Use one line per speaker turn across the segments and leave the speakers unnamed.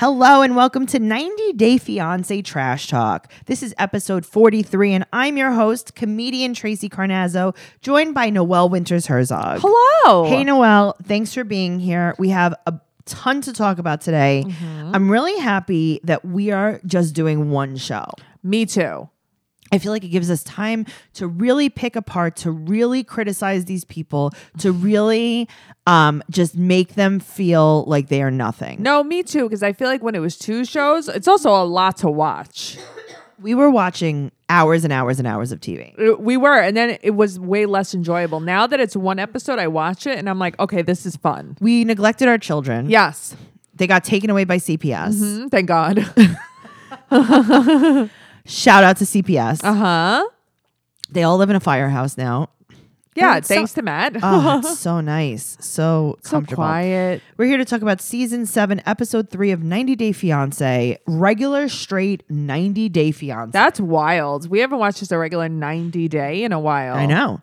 Hello and welcome to 90 Day Fiance Trash Talk. This is episode 43, and I'm your host, comedian Tracy Carnazzo, joined by Noelle Winters Herzog.
Hello.
Hey, Noelle, thanks for being here. We have a ton to talk about today. I'm really happy that we are just doing one show.
Me too.
I feel like it gives us time to really pick apart, to really criticize these people, to really um, just make them feel like they are nothing.
No, me too, because I feel like when it was two shows, it's also a lot to watch.
We were watching hours and hours and hours of TV.
It- Uh, We were, and then it was way less enjoyable. Now that it's one episode, I watch it and I'm like, okay, this is fun.
We neglected our children.
Yes.
They got taken away by CPS.
Mm, thank God.
Shout out to CPS.
Uh huh.
They all live in a firehouse now.
Yeah,
it's so-
thanks to Matt.
Oh, it's so nice. So
so
comfortable.
quiet.
We're here to talk about season seven, episode three of 90 Day Fiance, regular straight 90 Day Fiance.
That's wild. We haven't watched just a regular 90 day in a while.
I know.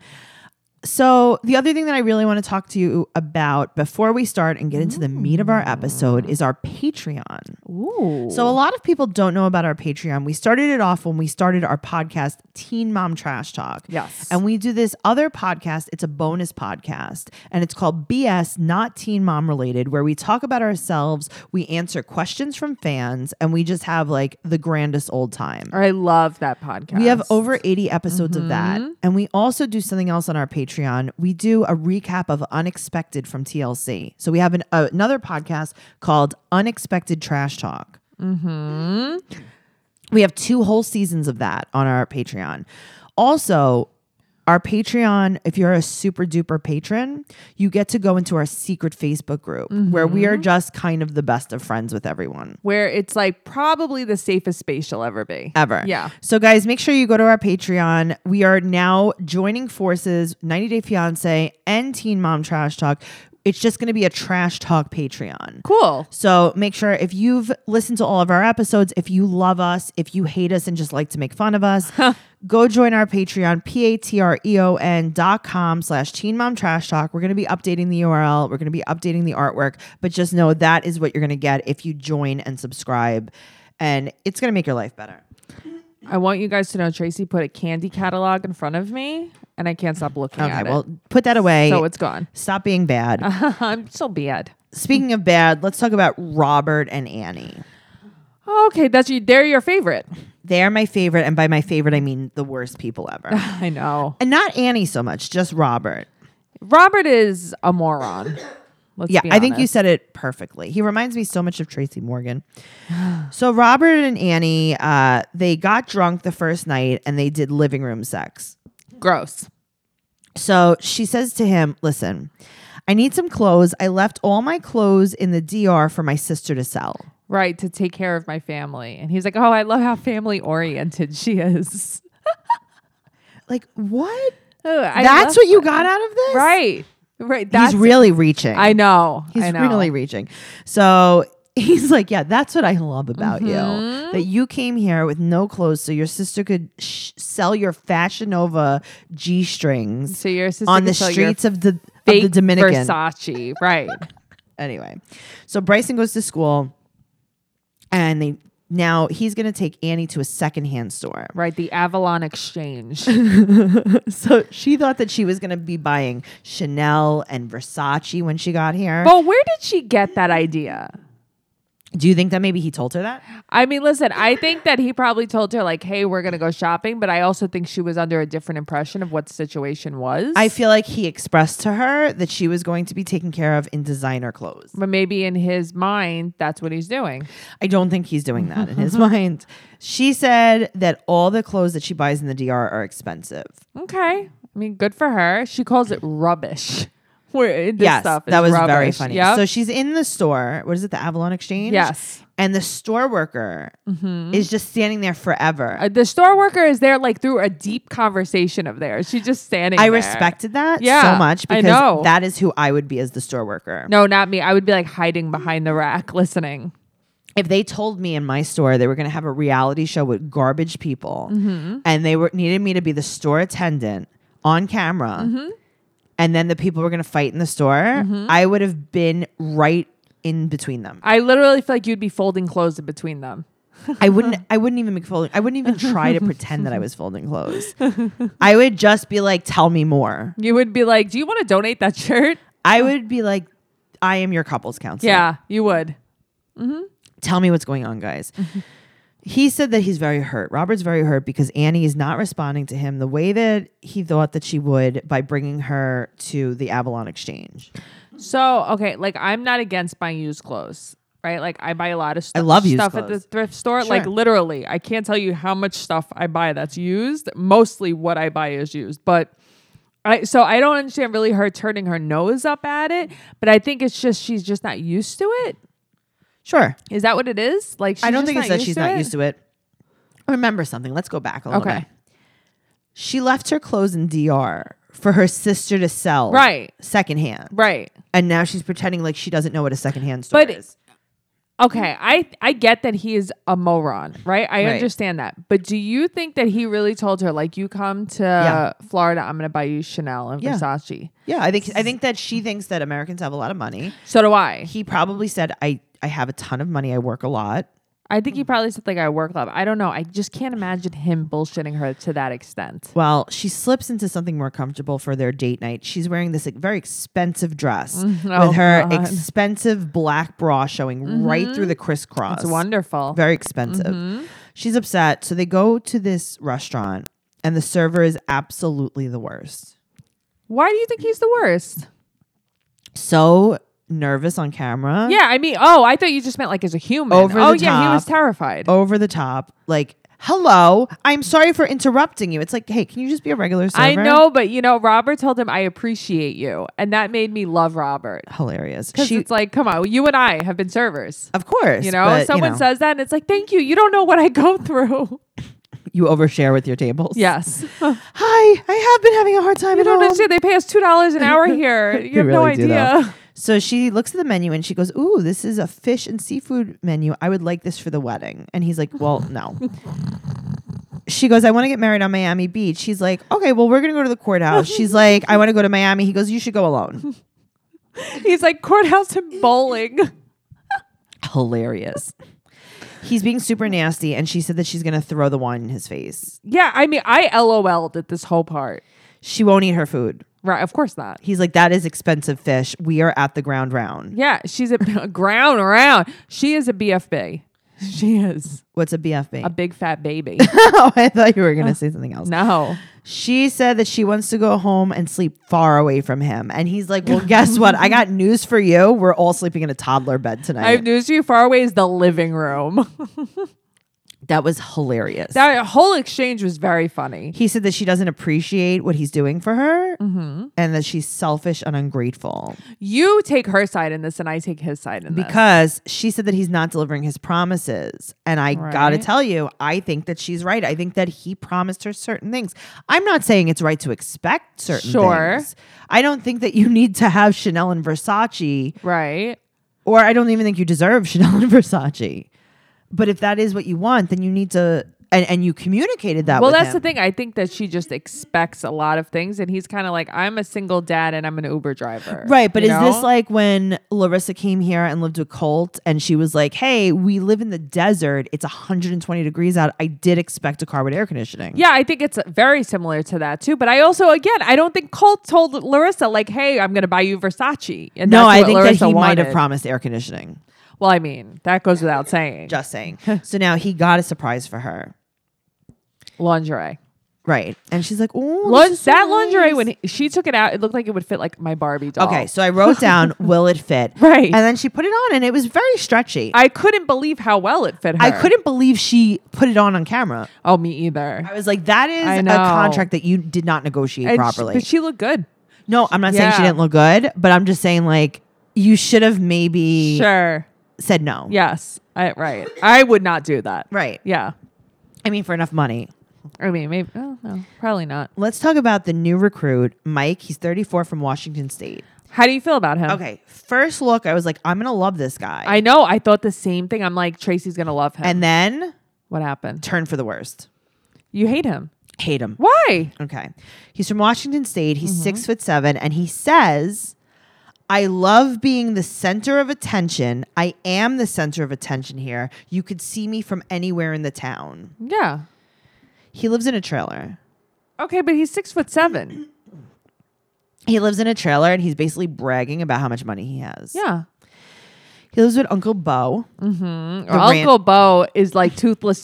So, the other thing that I really want to talk to you about before we start and get into the meat of our episode is our Patreon.
Ooh.
So, a lot of people don't know about our Patreon. We started it off when we started our podcast, Teen Mom Trash Talk.
Yes.
And we do this other podcast. It's a bonus podcast, and it's called BS Not Teen Mom Related, where we talk about ourselves, we answer questions from fans, and we just have like the grandest old time.
I love that podcast.
We have over 80 episodes of that. And we also do something else on our Patreon. We do a recap of Unexpected from TLC. So we have an, another podcast called Unexpected Trash Talk. We have two whole seasons of that on our Patreon. Also, our Patreon, if you're a super duper patron, you get to go into our secret Facebook group where we are just kind of the best of friends with everyone
where it's like probably the safest space you'll ever be.
ever.
Yeah.
So guys, make sure you go to our Patreon. We are now joining forces, 90 Day Fiance and Teen Mom Trash Talk. It's just going to be a trash talk Patreon.
Cool.
So make sure if you've listened to all of our episodes, if you love us, if you hate us and just like to make fun of us, go join our Patreon, P-A-T-R-E-O-N E dot com slash teen mom trash talk. We're gonna be updating the URL. We're gonna be updating the artwork, but just know that is what you're gonna get if you join and subscribe. And it's gonna make your life better.
I want you guys to know Tracy put a candy catalog in front of me and I can't stop looking
Okay,
at
well,
it.
put that away.
So it's Uh-huh. gone.
Stop being bad.
I'm still bad.
Speaking of bad, let's talk about Robert and Annie.
Okay, that's you. They're your favorite.
They are my favorite, and by my favorite, I mean the worst people ever.
I know.
and not Annie so much, just Robert.
Robert is a moron. Let's
Yeah,
be
I think you
honest.
said it perfectly. He reminds me so much of Tracy Morgan. so Robert and Annie, uh, they got drunk the first night and they did living room sex.
gross.
So she says to him, "Listen, I need some clothes. I left all my clothes in the DR for my sister to sell."
Right, to take care of my family. And he's like, Oh, I love how family oriented she is.
Like what?
Oh, I
That's
love-
what you got out of this?
Right. Right.
He's
That's
really reaching.
I know.
He's
I know.
really reaching. So he's like, yeah, that's what I love about
Mm-hmm.
you. That you came here with no clothes so your sister could sh- sell your Fashion Nova G strings
So your sister
on
can
the
sell your
streets of the, of
fake
the Dominican.
Versace. Right.
Anyway, so Bryson goes to school and they now he's going to take Annie to a secondhand store.
Right. The Avalon Exchange.
So she thought that she was going to be buying Chanel and Versace when she got here.
But where did she get that idea?
Do you think that maybe he told her that?
I mean, listen, I think that he probably told her, like, hey, we're going to go shopping. But I also think she was under a different impression of what the situation was.
I feel like he expressed to her that she was going to be taken care of in designer clothes.
but maybe in his mind, that's what he's doing.
I don't think he's doing that in his mind. She said that all the clothes that she buys in the DR are expensive.
Okay. I mean, good for her. She calls it rubbish. Where this
yes,
stuff is
that was
rubbish.
very funny.
Yep.
So she's in the store. What is it, the Avalon Exchange?
Yes. Mm-hmm.
And the store worker is just standing there forever.
Uh, the store worker is there, like, through a deep conversation of theirs. She's just standing
I
there.
respected that
Yeah,
so much
I
because
know.
that is who I would be as the store worker.
No, not me. I would be like hiding behind the rack listening.
if they told me in my store they were going to have a reality show with garbage people and they were needed me to be the store attendant on camera and then the people were going to fight in the store i would have been right in between them.
I literally feel like you'd be folding clothes in between them.
I wouldn't I wouldn't even make folding I wouldn't even try to pretend that I was folding clothes. I would just be like, tell me more.
You would be like, "Do you want to donate that shirt?"
I would be like, I am your couples counselor.
Yeah, you would.
Tell me what's going on, guys.
Mm-hmm.
he said that he's very hurt. Robert's very hurt because Annie is not responding to him the way that he thought that she would by bringing her to the Avalon Exchange.
So okay, like I'm not against buying used clothes, right? Like I buy a lot of stu-
I love used
stuff at the
clothes.
thrift store. Like
Sure.
literally, I can't tell you how much stuff I buy that's used. Mostly what I buy is used, but I so I don't understand really her turning her nose up at it. But I think it's just she's just not used to it.
Sure.
Is that what it is? Like she's
I don't
just
think it's that she's not
it?
used to it. Remember something. Let's go back a little
Okay.
bit. She left her clothes in DR for her sister to sell
Right.
secondhand.
Right.
And now she's pretending like she doesn't know what a secondhand store
But-
is.
Okay, I I get that he is a moron, right? I
Right.
understand that. But do you think that he really told her like you come to
Yeah.
Florida, I'm going to buy you Chanel and
Yeah.
Versace?
Yeah, I think I think that she thinks that Americans have a lot of money.
So do I.
He probably said, "I I have a ton of money. I work a lot."
I think he
Mm.
probably said like I work love. I don't know. I just can't imagine him bullshitting her to that extent.
Well, she slips into something more comfortable for their date night. She's wearing this like, very expensive dress
oh,
with her
God. Mm-hmm.
expensive black bra showing right through the crisscross.
It's Mm-hmm. wonderful.
Very expensive. She's upset. So they go to this restaurant, and the server is absolutely the worst.
Why do you think he's the worst?
Uh, So nervous on camera.
Yeah, I mean, oh, I thought you just meant like as a human.
Over
oh
the
yeah, he was
top.
terrified.
over the top, like, hello, I'm sorry for interrupting you. It's like, hey, can you just be a regular server?
I know, but you know, Robert told him I appreciate you, and that made me love Robert.
Hilarious.
Because
She,
it's like, come on, you and I have been servers.
of course.
You know,
but,
someone
know,
says that, and it's like, thank you. You don't know what I go through.
you overshare with your tables.
Yes, you
Hi, I have been having a hard time at
don't
home.
understand. They pay us two dollars an hour here. You
They
have no
really do, though.
idea.
So she looks at the menu and she goes, Ooh, this is a fish and seafood menu. I would like this for the wedding. And he's like, Well, no. She goes, I want to get married on Miami Beach. He's like, Okay, well, we're going to go to the courthouse. She's like, I want to go to Miami. He goes, You should go alone.
He's like courthouse and bowling.
Hilarious. He's being super nasty. And she said that she's going to throw the wine in his face.
yeah, I mean, I LOL'd at this whole part.
She won't eat her food.
Right, of course not.
He's like, That is expensive fish. We are at the ground round.
Yeah, she's a ground around. She is a BFB. She is
What's a BFB?
a big fat baby.
oh, I thought you were going to say something else.
no.
She said that she wants to go home and sleep far away from him. And he's like, Well, guess what? I got news for you. We're all sleeping in a toddler bed
I have
tonight.
news for you. Far away is the living room.
that was hilarious.
that whole exchange was very funny.
he said that she doesn't appreciate what he's doing for her
Mm-hmm.
and that she's selfish and ungrateful
You take her side in this, and I take his side in this.
because she said that he's not delivering his promises. And I gotta
Right.
tell you, I think that she's right. I think that he promised her certain things. I'm not saying it's right to expect certain
Sure.
things. I don't think that you need to have Chanel and Versace
Right.
or I don't even think you deserve Chanel and Versace. But if that is what you want, then you need to, and, and you communicated that.
Well,
with
that's
him.
the thing. I think that she just expects a lot of things, and he's kind of like, I'm a single dad and I'm an Uber driver.
right? But
you
is this
know?
like when Larissa came here and lived with Colt, and she was like, "Hey, we live in the desert. It's 120 degrees out. I did expect a car with air conditioning."
Yeah, I think it's very similar to that too. But I also, again, I don't think Colt told Larissa like, "Hey, I'm going to buy you Versace." And
No,
that's
I
what
think
Larissa
that he might have
wanted.
promised air conditioning.
Well, I mean, that goes without saying.
Just saying. so now he got a surprise for her,
lingerie,
right? And she's like, "Oh,
Lun-
this is so
that lingerie
nice."
when he- she took it out, it looked like it would fit like my Barbie doll.
Okay, so I wrote down, "Will it fit?"
Right.
and then she put it on, and it was very stretchy.
I couldn't believe how well it fit her.
I couldn't believe she put it on on camera.
Oh, me either.
I was like, that is
I
a
know.
contract that you did not negotiate
And she-
properly.
but she looked good.
no, I'm not saying she
Yeah.
didn't look good, but I'm just saying like you should have maybe
Sure.
said no.
Yes. I, right. I would not do that.
Right.
Yeah.
I mean, for enough money.
I mean, maybe. Oh, no. Probably not.
Let's talk about the new recruit, Mike. He's 34 from Washington State.
How do you feel about him?
Okay, first look, I was like, I'm gonna love this guy,
I know. I thought the same thing. I'm like, Tracy's going to love him.
and then
what happened?
turn for the worst.
You hate him.
Hate him.
Why?
Mm-hmm. Okay. He's from Washington State. He's six foot seven, and he says, I love being the center of attention. I am the center of attention here. You could see me from anywhere in the town.
Yeah.
He lives in a trailer.
Okay, but he's six foot seven.
He lives in a trailer and he's basically bragging about how much money he has.
Yeah.
He lives with Uncle Bo. Mm-hmm.
Or Mm, Uncle Bo is like toothless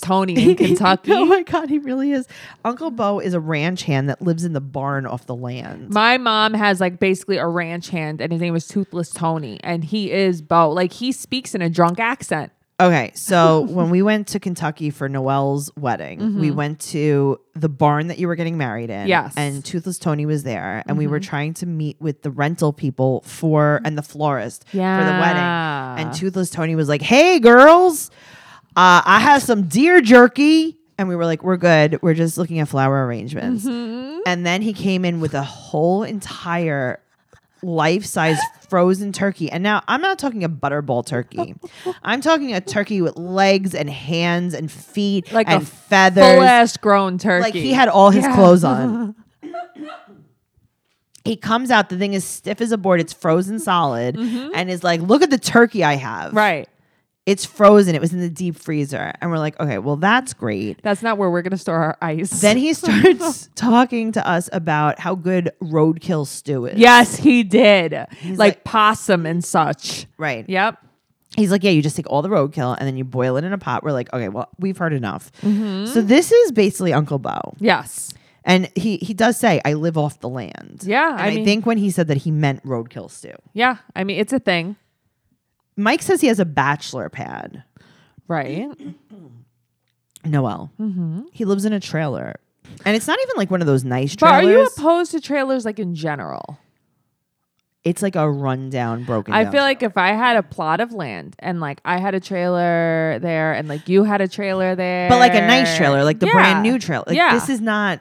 Tony in Kentucky.
oh my God, he really is. Uncle Bo is a ranch hand that lives in the barn off the land.
My mom has like basically a ranch hand, and his name was Toothless Tony, and he is Bo. Like he speaks in a drunk accent.
Okay, so when we went to Kentucky for Noelle's wedding, we went to the barn that you were getting married in.
Mm-hmm. Yes. Mm-hmm.
And Toothless Tony was there, and we were trying to meet with the rental people for and the florist for the
Yeah.
wedding. And Toothless Tony was like, "Hey girls, uh, I have some deer jerky." And we were like, "We're good. We're just looking at flower arrangements."
Mm-hmm.
And then he came in with a whole entire life size frozen turkey. And now I'm not talking a butterball turkey. I'm talking a turkey with legs and hands and feet
Like a
and
Full
feathers.
ass grown turkey.
Like he had all his
Yeah.
clothes on. he comes out, the thing is stiff as a board, it's frozen solid, and is like, look at the turkey I have.
Mm-hmm. right.
It's frozen. It was in the deep freezer. And we're like, okay, well, that's great.
That's not where we're gonna store our ice.
Then he starts talking to us about how good roadkill stew is.
yes, he did. Like,
like-
possum and such.
Right.
Yep.
He's like, yeah, you just take all the roadkill and then you boil it in a pot. We're like, okay, well, we've heard enough.
Mm-hmm.
So this is basically Uncle Bo,
Yes.
and he he does say, I live off the land.
Yeah,
and
I
I,
mean-
think when he said that, he meant roadkill stew.
Yeah. I mean, it's a thing.
Mike says he has a bachelor pad.
Right.
Noel,
Mm-hmm.
he lives in a trailer, and it's not even like one of those nice
But are
trailers.
you opposed to trailers like in general?
it's like a rundown, broken.
I
down
feel like if I had a plot of land and like I had a trailer there and like you had a trailer there,
but like a nice trailer, like the
Yeah.
brand new trailer. Like,
yeah,
this is not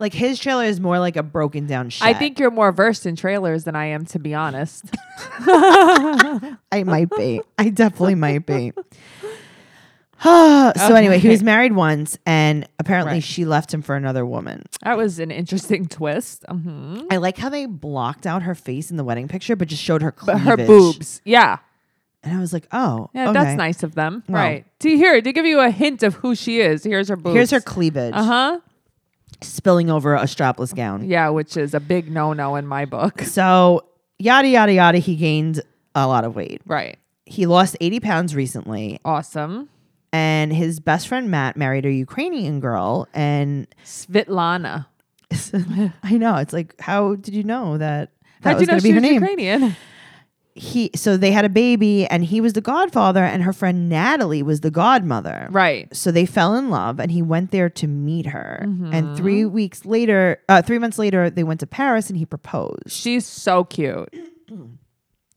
like his trailer is more like a broken down. Shed.
I think you're more versed in trailers than I am, to be honest.
I might be. I definitely might be. so anyway, he was married once, and apparently
Right.
she left him for another woman.
that was an interesting twist. hmm
I like how they blocked out her face in the wedding picture, but just showed her cleavage.
Her boobs, yeah,
and I was like, oh,
yeah, that's
okay.
nice of them,
Well.
right? To here to give you a hint of who she is. Here's her boobs.
Here's her cleavage
Uh huh.
spilling over a strapless gown.
Yeah, which is a big no no in my book.
So yada yada yada. He gained a lot of weight.
Right.
He lost eighty pounds recently,
Awesome.
and his best friend Matt married a Ukrainian girl. And
Svitlana.
I know it's like, how did you know that? That
How'd
was
you know
gonna be
she
her
was
name.
Ukrainian?
he so they had a baby and he was the godfather and her friend Natalie was the godmother.
Right.
So they fell in love and he went there to meet her.
Mm-hmm.
And 3 weeks later, uh 3 months later they went to Paris and he proposed.
She's so cute.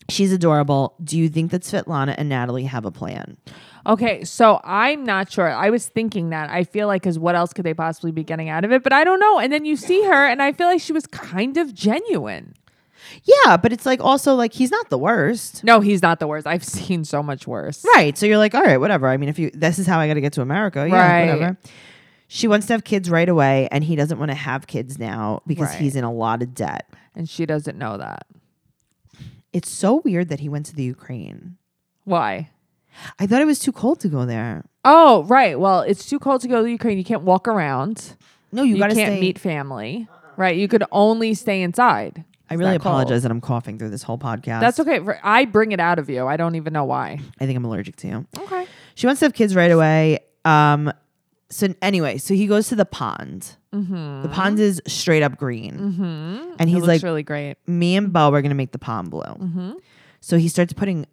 She's adorable. Do you think that Svetlana and Natalie have a plan?
Okay, so I'm not sure. I was thinking that. I feel like, because what else could they possibly be getting out of it? But I don't know. And then you see her, and I feel like she was kind of genuine.
Yeah, but it's like also like he's not the worst.
No, he's not the worst. I've seen so much worse.
Right. So you're like, "All right, whatever. I mean, if you this is how I got to get to America,
Right.
yeah, whatever." She wants to have kids right away and he doesn't want to have kids now because
Right.
he's in a lot of debt.
And she doesn't know that.
It's so weird that he went to the Ukraine.
Why?
I thought it was too cold to go there.
Oh, right. Well, it's too cold to go to Ukraine. You can't walk around.
No, you,
You,
gotta
can't
stay-
meet family. Right. You could only stay inside.
I really
that cold.
apologize that I'm coughing through this whole podcast.
That's okay. For- I bring it out of you. I don't even know why.
I think I'm allergic to you.
Okay.
She wants to have kids right away. Um, so anyway, so he goes to the pond. The pond is straight up green, and
He's
he's
it Mm-hmm. looks
like,
really great.
"Me and Bo are gonna make the pond blue."
Mm-hmm.
So he starts putting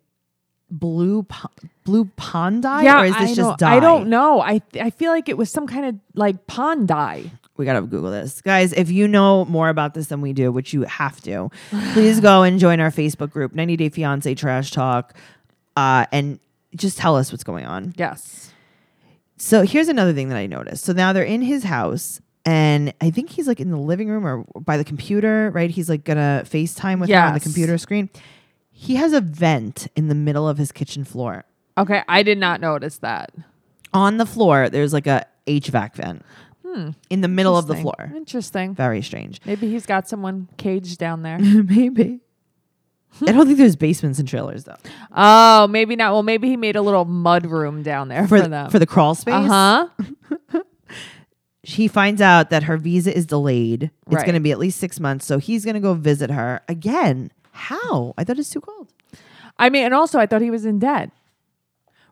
blue po- blue pond dye, or is this
I
just
don't-
dye?
I don't know. I th- I feel like it was some kind of like pond dye.
we gotta google this guys if you know more about this than we do which you have to please go and join our facebook group 90 day fiance trash talk uh, and just tell us what's going on
Yes.
so here's another thing that i noticed so now they're in his house and i think he's like in the living room or by the computer right he's like gonna facetime with her on the
Yes.
computer screen he has a vent in the middle of his kitchen floor
Okay, I did not notice that.
on the floor there's like a hvac vent
Hmm.
in the middle of the floor
Interesting.
very strange
Maybe he's got someone caged down there.
Maybe. I don't think there's basements and trailers though.
Oh, maybe not. Well, maybe he made a little mud room down there for,
For,
them.
for the crawl space.
uh huh.
he finds out that her visa is delayed. It's
Right.
going to be at least six months. So he's going to go visit her again. How? I thought it's too cold.
I mean, and also I thought he was in debt.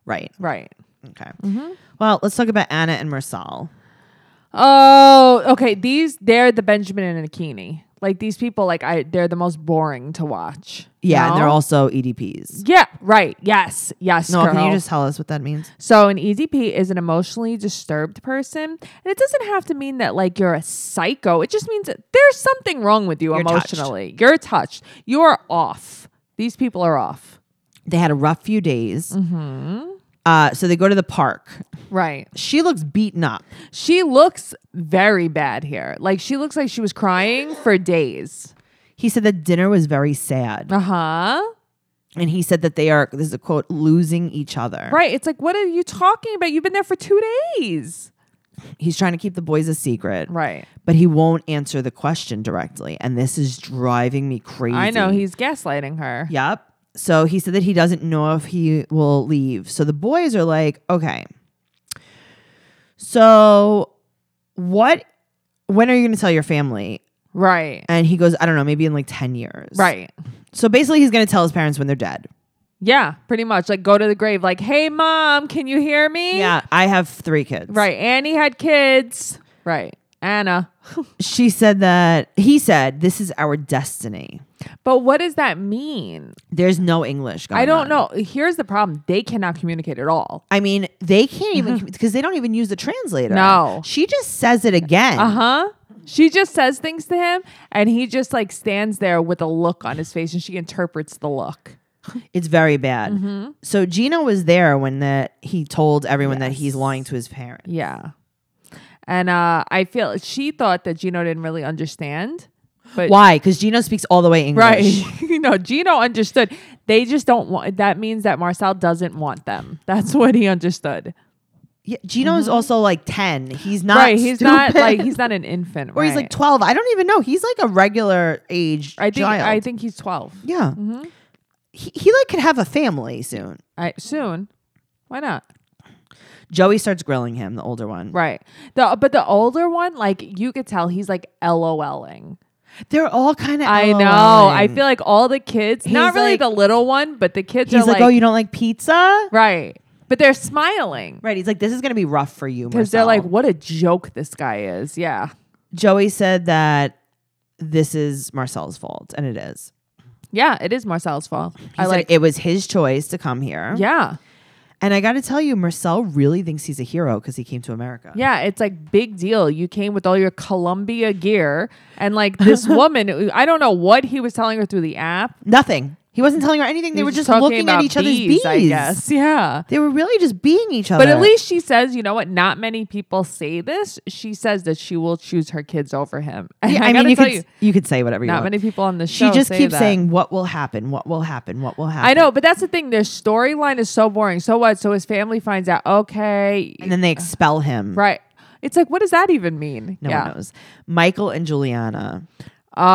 Right.
Right. Mm-hmm.
Okay. Well, let's talk about Anna and Marsal.
Oh, okay. These they're the Benjamin and Akini. Like these people, like I, they're the most boring to watch.
Yeah,
No?
and they're also E EDPs.
Yeah, right. Yes, yes.
No, can
girl.
you just tell us what that means?
So an EDP is an emotionally disturbed person, and it doesn't have to mean that like you're a psycho. It just means that there's something wrong with you
You're touched.
emotionally. You're touched. You're off. These people are off.
They had a rough few days.
Mm-hmm.
Uh, so they go to the park.
Right.
She looks beaten up.
She looks very bad here. Like she looks like she was crying for days.
He said that dinner was very sad.
Uh huh.
And he said that they are, this is a quote, losing each other.
Right. It's like, what are you talking about? You've been there for two days.
He's trying to keep the boys a secret.
Right.
but he won't answer the question directly. And this is driving me crazy.
I know he's gaslighting her.
Yep. So he said that he doesn't know if he will leave. So the boys are like, okay. So what, when are you going to tell your family?
Right.
And he goes, I don't know, maybe in like 10 years.
Right.
So basically, he's going to tell his parents when they're dead.
Yeah. Pretty much. Like go to the grave. Like, hey mom, can you hear me?
Yeah. I have three kids.
Right. Annie had kids. Right. Anna.
She said that, he said, this is our destiny.
But what does that mean?
There's no English going
I
on.
don't know. Here's the problem. They cannot communicate at all.
I mean, they can't even because they don't even use the translator.
Mm-hmm. No.
she just says it again.
Uh huh. She just says things to him and he just like stands there with a look on his face and she interprets the look.
It's very bad.
Mm-hmm.
So Gino was there when that he told everyone that he's
Yes.
lying to his parents.
Yeah. And uh, I feel she thought that Gino didn't really understand. But
Why? Because Gino speaks all the way English.
right. you know, Gino understood. They just don't want that means that Marcel doesn't want them. That's what he understood.
Yeah, Gino is also like ten. He's not.
Mm-hmm. right. He's not
stupid.
like he's not an infant.
or he's like
right.
twelve. I don't even know. He's like a regular age
I think
child.
I Mm-hmm. think he's twelve.
yeah. He, he like could have a family soon.
I soon. Why not?
Joey starts grilling him, the older one.
Right. The but the older one, like you could tell he's like LOLing.
They're all kind of.
I know. I feel like all the kids,
He's
not really
like-
the little one, but the kids
he's
are
like, oh, you don't like pizza?
right. But they're smiling.
Right. He's like, this is gonna be rough for you
Because they're
Marcel."
like, what a joke this guy is. Yeah.
Joey said that this is Marcel's fault, and it is.
Yeah, it is Marcel's fault.
He
I
said
like
it was his choice to come here.
Yeah.
And I got to tell you, Marcel really thinks he's a hero because he came to America.
Yeah. It's like big deal. You came with all your Columbia gear and like this woman, I don't know what he was telling her through the app.
Nothing. He wasn't telling her anything.
He
They were
was
just
talking
looking at
about
each other's bees.
I guess. Yeah.
They were really just being each other.
But at least she says, you know what? Not many people say this. She says that she will choose her kids over him. And
Yeah, I, mean,
gotta
you
tell
could you, could say whatever you
not
want.
many people on the
she
show.
just
say
keeps
that.
saying, "What will happen? What will happen? What will happen?"
I know, but that's the thing. Their storyline is so boring. So what? So his family finds out. Okay,
And then they expel him.
Uh, right. It's like, what does that even mean?
No
yeah.
one knows. Michael and Juliana.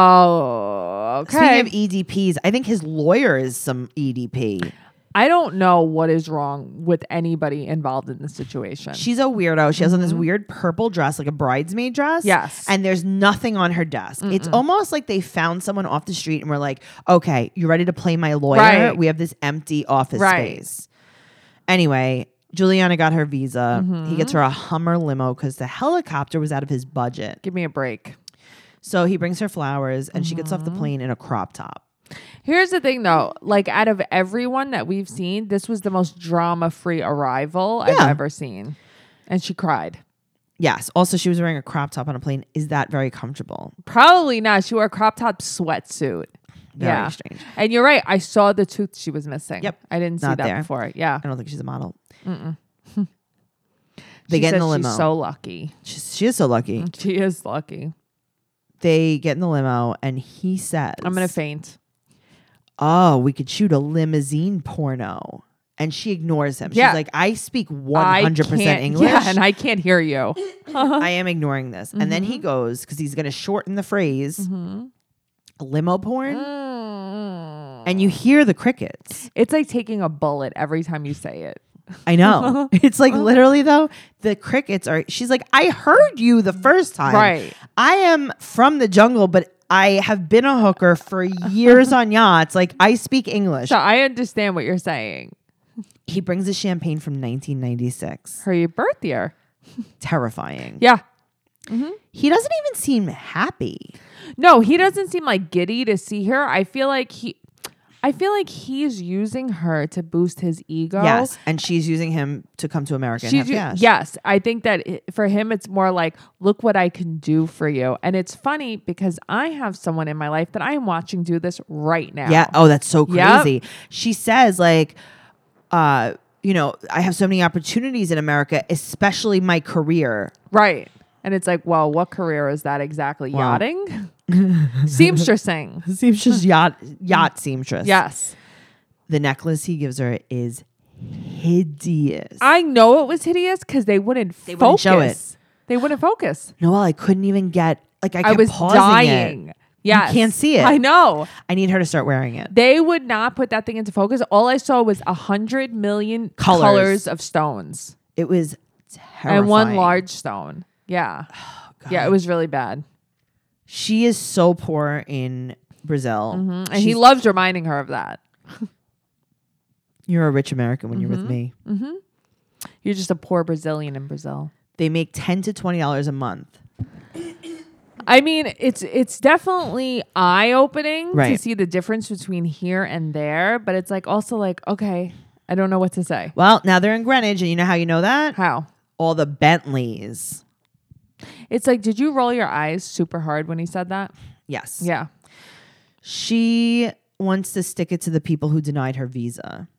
Oh, okay.
Speaking of e- EDPs, I think his lawyer is some E EDP.
I don't know what is wrong with anybody involved in this situation.
She's a weirdo. She has on this weird purple dress, like a bridesmaid dress.
Mm-hmm. Yes.
And there's nothing on her desk. It's almost like they found someone off the street and were like, okay, you ready to play my lawyer?
Right.
We have this empty office
Right.
space. Anyway, Juliana got her visa. He
Mm-hmm.
gets her a Hummer limo because the helicopter was out of his budget.
Give me a break.
So he brings her flowers and she gets off the
Mm-hmm.
plane in a crop top.
Here's the thing, though. Like, out of everyone that we've seen, this was the most drama-free arrival
Yeah.
I've ever seen, and she cried.
Yes. Also, she was wearing a crop top on a plane. Is that very comfortable?
Probably not. She wore a crop top sweatsuit.
Very
yeah.
strange.
And you're right. I saw the tooth she was missing.
Yep.
I didn't see
Not
that
there.
before. Yeah.
I don't think she's a model. they
She
get in
says
the limo.
She's so Mm. lucky.
She's, she is so lucky.
She is lucky.
They get in the limo, and he says,
I'm gonna faint.
oh, we could shoot a limousine porno." And she ignores him.
Yeah.
She's like, "I speak
I
100 percent
can't-
English.
Yeah, and I can't hear you.
I am ignoring this." And then
Mm-hmm.
he
Mm.
goes because he's going to shorten the phrase "limo porn." and you hear the crickets.
It's like taking a bullet every time you say it.
I know. it's like literally though, the crickets are she's like, I heard you the first time.
Right.
I am from the jungle, but I have been a hooker for years on yachts. Like I speak English.
So I understand what you're saying.
He brings a champagne from 1996.
Her birth year.
Terrifying.
Yeah.
He doesn't even seem happy.
No, he doesn't seem like giddy to see her. I feel like he I feel like he's using her to boost his ego.
Yes, and she's using him to come to America.
Oh. She's
and
u-
have cash.
yes, I think that i for him it's more like look what I can do for you. And it's funny because I have someone in my life that I am watching do this right now.
Yeah. Oh, that's so
Yep.
crazy. She says, like, uh, you know, I have so many opportunities in America, especially my career.
Right. And it's like, well, what career is that exactly?
Wow.
Yachting? Seamstressing.
Seamstress yacht
Mm.
yacht seamstress.
Yes.
The necklace he gives her is hideous.
I know it was hideous because they wouldn't
They wouldn't
focus.
show
They wouldn't focus.
Noel, I couldn't even get like I,
I,
kept
was
pausing
dying.
It.
Yes.
can't see it.
I know.
I need her to start wearing it.
They would not put that thing into focus. All I saw was a hundred million
Colors.
colors of stones.
It was terrifying.
and one large stone. Yeah.
Oh,
yeah, it was really bad.
She is so poor in Brazil.
And he loves reminding her of that.
You're a rich American when
Mm-hmm.
you're with me.
You're just a poor Brazilian in Brazil.
They make ten to twenty dollars a month.
I mean, it's it's definitely eye opening to
Right.
see the difference between here and there, but it's like also like, okay, I don't know what to say.
Well, now they're in Greenwich, and you know how you know that?
How?
All the Bentleys.
It's like, did you roll your eyes super hard when he said that?
Yes.
Yeah.
She wants to stick it to the people who denied her visa.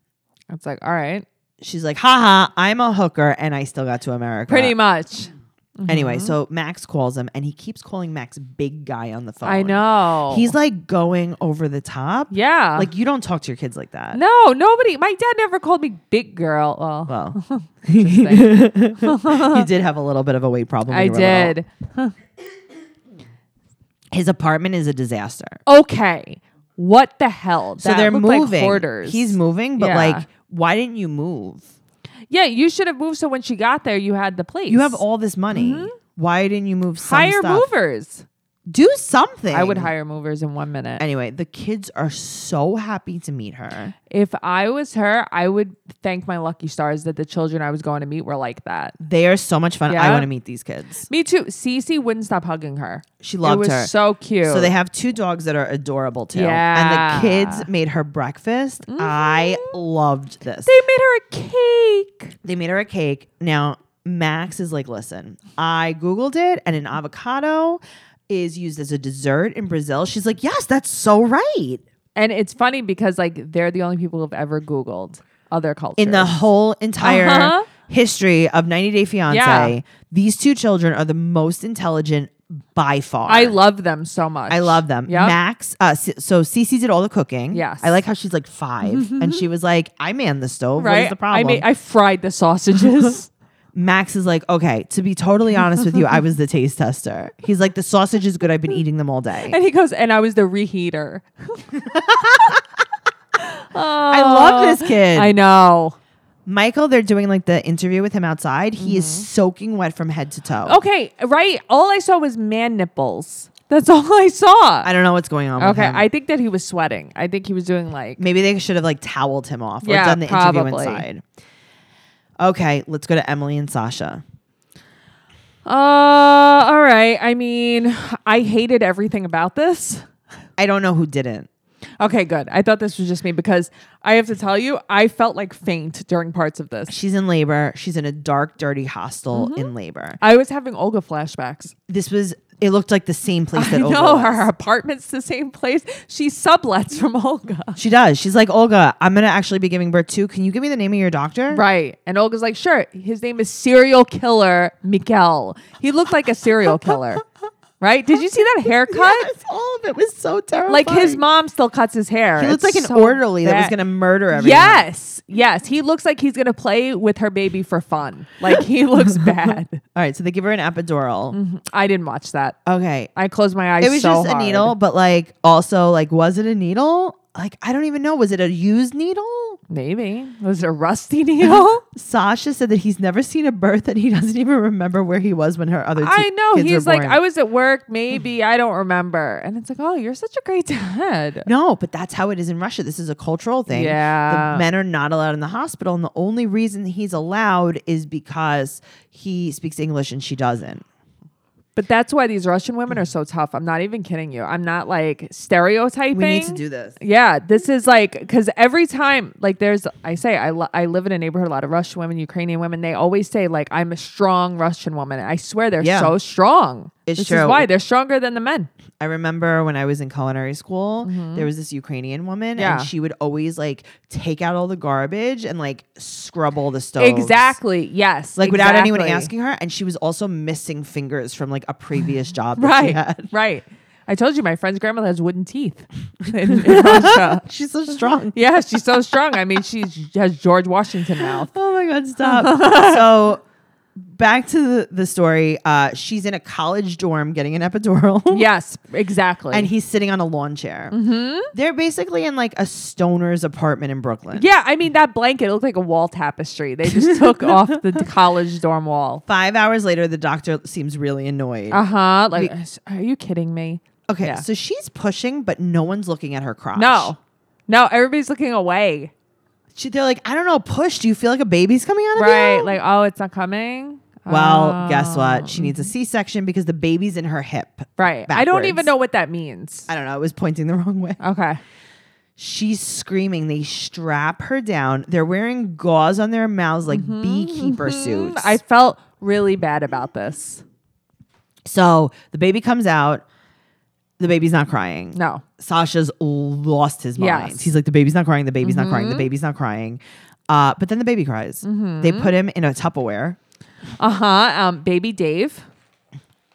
It's like, all right.
she's like, haha, I'm a hooker and I still got to America.
Pretty mm-hmm. much.
Anyway, so Max calls him and he keeps calling Max big guy on the phone.
I know.
He's like going over the top.
Yeah.
Like you don't talk to your kids like that.
No, nobody. My dad never called me big girl. Well,
Well,
just saying.
you did have a little bit of a weight problem. when
I
you were little.
did.
His apartment is a disaster.
Okay. What the hell?
So
That
they're
looked like
moving.
hoarders.
He's moving, but
Yeah.
like, why didn't you move?
Yeah, you should have moved so when she got there, you had the place.
You have all this money. Why didn't you move? Some
mm-hmm. hire
stuff?
movers.
Do something.
I would hire movers in one minute.
Anyway, the kids are so happy to meet her.
if I was her, I would thank my lucky stars that the children I was going to meet were like that.
They are so much fun. I
Yeah.
want to meet these kids.
Me too. Cece wouldn't stop hugging her.
She loved
it was
her.
So cute.
So they have two dogs that are adorable too.
Yeah. Mm-hmm.
And the kids made her breakfast. I loved this.
they made her a cake.
They made her a cake. Now, Max is like, listen, I Googled it and an avocado is used as a dessert in Brazil. She's like, yes, that's so right.
And it's funny because like they're the only people who've ever Googled other cultures.
In the whole entire
Uh-huh.
history of 90 Day Fiance,
Yeah.
these two children are the most intelligent by far.
I love them so much.
I love them.
Yeah.
Max, uh, C- so Cece did all the cooking.
Yes.
I like how she's like five and she was like, I man the stove. What is the problem?
I made, I fried the sausages.
Max is like, okay, to be totally honest with you, I was the taste tester. He's like, the sausage is good. I've been eating them all day.
and he goes, and I was the reheater.
I love this kid.
I know.
Michael, they're doing like the interview with him outside. He
Mm-hmm.
is soaking wet from head to toe.
Okay, right. All I saw was man nipples. That's all I saw.
I don't know what's going on with
okay,
him.
I think that he was sweating. I think he was doing like
Maybe they should have like toweled him off
Yeah,
or done the interview
probably.
inside. Okay, let's go to Emily and Sasha.
Uh, all right. I mean, I hated everything about this.
I don't know who didn't.
Okay, good. I thought this was just me because I have to tell you, I felt like faint during parts of this.
She's in labor. She's in a dark, dirty hostel
Mm-hmm.
in labor.
I was having Olga flashbacks.
This was. It looked like the same place
I
that Olga.
know
was.
her apartment's the same place. She sublets from Olga.
She does. She's like Olga. I'm gonna actually be giving birth too. Can you give me the name of your doctor?
Right. And Olga's like, sure, his name is serial killer Mikel. He looked like a serial killer. Right? Did you see that haircut?
Yes, all of it was so terrible.
Like his mom still cuts his hair.
He
It's
looks like an
so
orderly that was
bad.
gonna murder everyone.
Yes. Yes. He looks like he's going to play with her baby for fun. Like he looks bad.
All right. So they give her an epidural.
I didn't watch that.
Okay.
I closed my eyes.
It was
Mm-hmm. so
just a
hard.
needle, but like also like was it a needle? like I don't even know. Was it a used needle?
Maybe. Was it a rusty needle?
Sasha said that he's never seen a birth and he doesn't even remember where he was when her other two
I know.
kids
He's
were
like,
born.
I was at work, maybe. I don't remember. And it's like, oh, you're such a great dad.
No, but that's how it is in Russia. This is a cultural thing.
Yeah.
The men are not allowed in the hospital. And the only reason he's allowed is because he speaks English and she doesn't.
But that's why these Russian women are so tough. I'm not even kidding you. I'm not like stereotyping.
We need to do this.
Yeah, this is like because every time, like, there's I say I li- I live in a neighborhood a lot of Russian women, Ukrainian women. They always say like I'm a strong Russian woman. I swear they're
Yeah.
so strong.
It's
this is
true.
why they're stronger than the men.
I remember when I was in culinary school, there was this Ukrainian woman
Mm-hmm. Yeah.
and she would always like take out all the garbage and like scrub all the stoves.
Exactly. Yes.
Like without anyone
exactly.
asking her. And she was also missing fingers from like a previous job that she
Right.
had.
Right. I told you my friend's grandmother has wooden teeth in, in Russia.
She's so strong.
Yeah, she's so strong. I mean, she has George Washington mouth.
Oh my God, stop. so back to the, the story. Uh, she's in a college dorm getting an epidural.
Yes, exactly.
And he's sitting on a lawn chair.
Mm-hmm.
They're basically in like a stoner's apartment in Brooklyn.
yeah, I mean that blanket looked like a wall tapestry. They just took off the d- college dorm wall.
Five hours later, the doctor seems really annoyed.
Uh
Uh-huh,
huh. Like, are you kidding me?
okay,
yeah.
so she's pushing, but no one's looking at her crotch.
No, no. Everybody's looking away.
She, they're like, I don't know, push. Do you feel like a baby's coming out of
Right.
you?
Like, oh, it's not coming.
well,
Oh.
guess what? She needs a C section because the baby's in her hip.
Right. I don't even
backwards.
know what that means.
I don't know. It was pointing the wrong way.
Okay.
She's screaming. They strap her down. They're wearing gauze on their mouths like beekeeper suits.
Mm-hmm, I felt really bad about this.
so the baby comes out. The baby's not crying.
No.
Sasha's lost his mind.
Yes. Mm-hmm.
He's like, the baby's not crying. The baby's not crying. The baby's not crying. Uh, but then the baby cries. They put him in a Tupperware.
Uh huh. Um, baby Dave.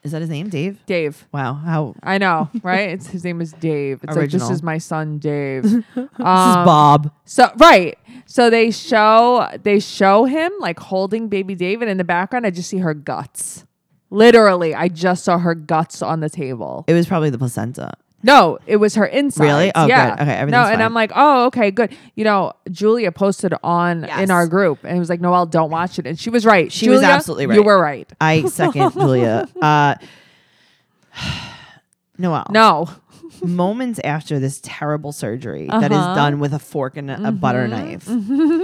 Is that his name, Dave?
Dave.
Wow. How?
I know, right? It's his name is Dave. It's like this
Original.
is my son Dave.
This
Um,
is Bob.
so right. So they show they show him like holding baby David in the background. I just see her guts. Literally, I just saw her guts on the table.
It was probably the placenta.
No, it was her inside.
Really? Oh,
yeah.
good. Okay,
No,
everything's
and
fine.
I'm like, oh, okay, good. You know, Julia posted on in
Yes.
our group, and it was like, Noelle, don't watch it, and she was right.
She was
Julia,
absolutely
You
right.
were right.
I second Julia. Uh, Noel.
No,
moments after this terrible surgery that is
Uh-huh.
done with a fork and a, a butter
Mm-hmm.
knife.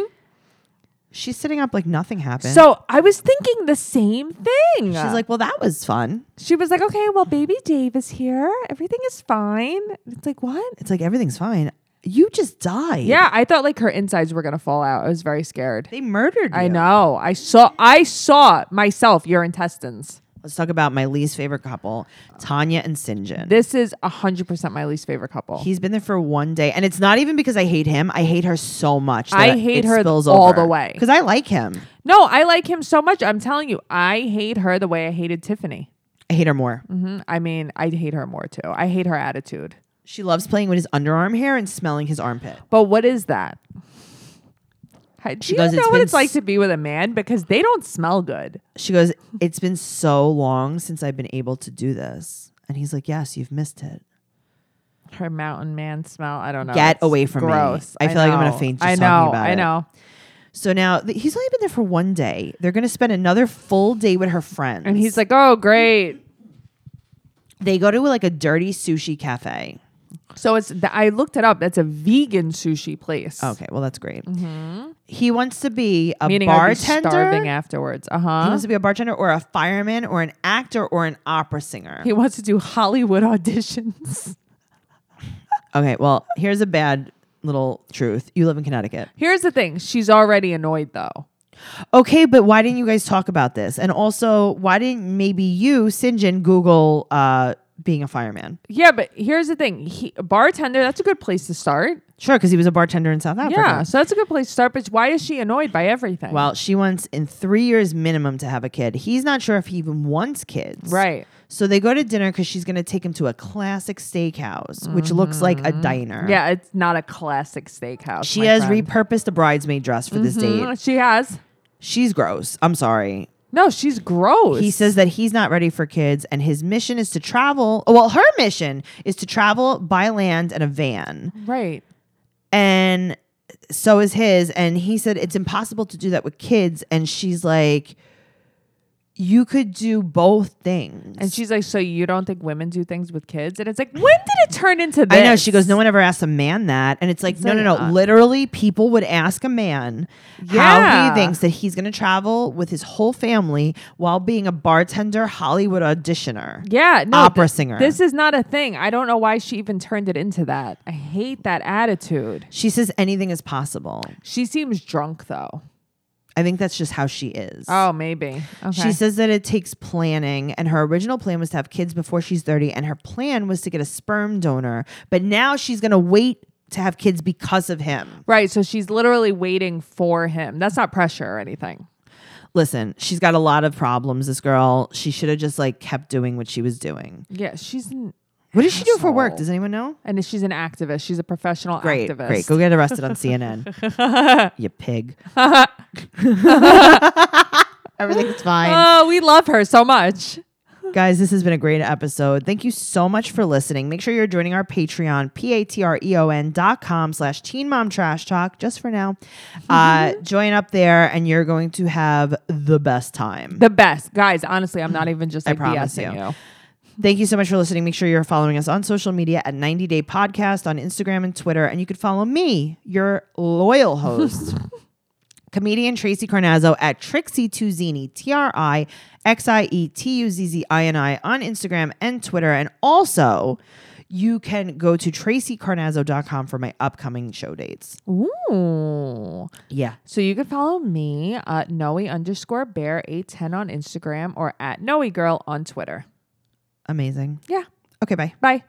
She's sitting up like nothing happened.
so I was thinking the same thing.
she's like, "Well, that was fun."
she was like, okay, well, baby Dave is here. Everything is fine. It's like, what?
It's like everything's fine. You just died.
Yeah, I thought like her insides were gonna fall out. I was very scared.
they murdered.
I
you.
know. I saw. I saw myself your intestines.
Let's talk about my least favorite couple, Tanya and Sinjin.
This is hundred percent my least favorite couple.
He's been there for one day, and it's not even because I hate him. I hate her so much.
I
that
hate
it
her
spills
all the way.
because I like him.
no, I like him so much. I'm telling you, I hate her the way I hated Tiffany.
I hate her more.
hmm I mean, I hate her more too. I hate her attitude.
She loves playing with his underarm hair and smelling his armpit.
But what is that? Hi- Do you
goes,
know
"It's
what
been
it's like
s-
to be with a man? Because they don't smell good.
she goes, It's been so long since I've been able to do this. And he's like, Yes, you've missed it.
her mountain man smell. I don't know.
Get
It's
away from me.
gross.
I feel like I'm gonna
know.
faint just
I know.
talking about
I
it.
know.
So now th- he's only been there for one day. They're going to spend another full day with her friends.
And he's like, "Oh, great."
They go to like a dirty sushi cafe.
So it's. Th- I looked it up. That's a vegan sushi place.
Okay, well, that's great. He wants to be a
Mm-hmm. Meaning I'd be starving
bartender.
afterwards. Uh
He
huh.
wants to be a bartender or a fireman or an actor or an opera singer.
He wants to do Hollywood auditions.
okay, well, here's a bad little truth. You live in Connecticut.
Here's the thing. She's already annoyed though.
Okay, but why didn't you guys talk about this? And also, why didn't maybe you, Sinjin, Google uh, being a fireman?
Yeah, but here's the thing. He, bartender. That's a good place to start.
Sure, because he was a bartender in South Africa.
Yeah. So that's a good place to start. But why is she annoyed by everything?
Well, she wants in three years minimum to have a kid. He's not sure if he even wants kids.
Right.
So they go to dinner because she's going to take him to a classic steakhouse, which looks like a diner.
Mm-hmm. Yeah, it's not a classic steakhouse.
She
my
has
friend.
repurposed a bridesmaid dress for this date.
Mm, She has.
She's gross. I'm sorry.
No, she's gross.
He says that he's not ready for kids, and his mission is to travel. Well, her mission is to travel by land in a van.
Right.
and so is his. And he said it's impossible to do that with kids. And she's like, you could do both things.
And she's like, So you don't think women do things with kids? And it's like, When did it turn into this?
I know. She goes, No one ever asked a man that. And it's like, No, no,
like,
no.
uh,
Literally, people would ask a man how
Yeah.
he thinks that he's going to travel with his whole family while being a bartender, Hollywood auditioner.
Yeah, no,
Opera
th-
singer.
This is not a thing. I don't know why she even turned it into that. I hate that attitude.
She says anything is possible.
She seems drunk though.
I think that's just how she is.
Oh, maybe. Okay.
She says that it takes planning, and her original plan was to have kids before she's 30, and her plan was to get a sperm donor, but now she's going to wait to have kids because of him.
right. So she's literally waiting for him. That's not pressure or anything.
Listen, she's got a lot of problems, this girl. She should have just like kept doing what she was doing.
Yeah, she's an,
What does she do for work?
Asshole.
Does anyone know?
and she's an activist. She's a professional
Great,
activist.
great. Go get arrested on CNN. you pig. Everything's fine.
Oh, we love her so much.
Guys, this has been a great episode. Thank you so much for listening. Make sure you're joining our Patreon, P-A-T-R-E-O-N E dot com slash teen mom trash talk, just for now. Uh, join up there and you're going to have the best time.
The best. Guys, honestly, I'm not even just like
promise
BSing
you.
you.
Thank you so much for listening. Make sure you're following us on social media at 90 Day Podcast on Instagram and Twitter. And you can follow me, your loyal host, comedian Tracy Carnazzo at Trixie Tuzini, T R I X I E T U Z Z I N I on Instagram and Twitter. And also, you can go to tracycarnazzo.com for my upcoming show dates.
Ooh.
Yeah.
So you can follow me at Noe underscore bear 810 on Instagram or at Noe girl on Twitter.
Amazing.
Yeah.
Okay, bye.
Bye.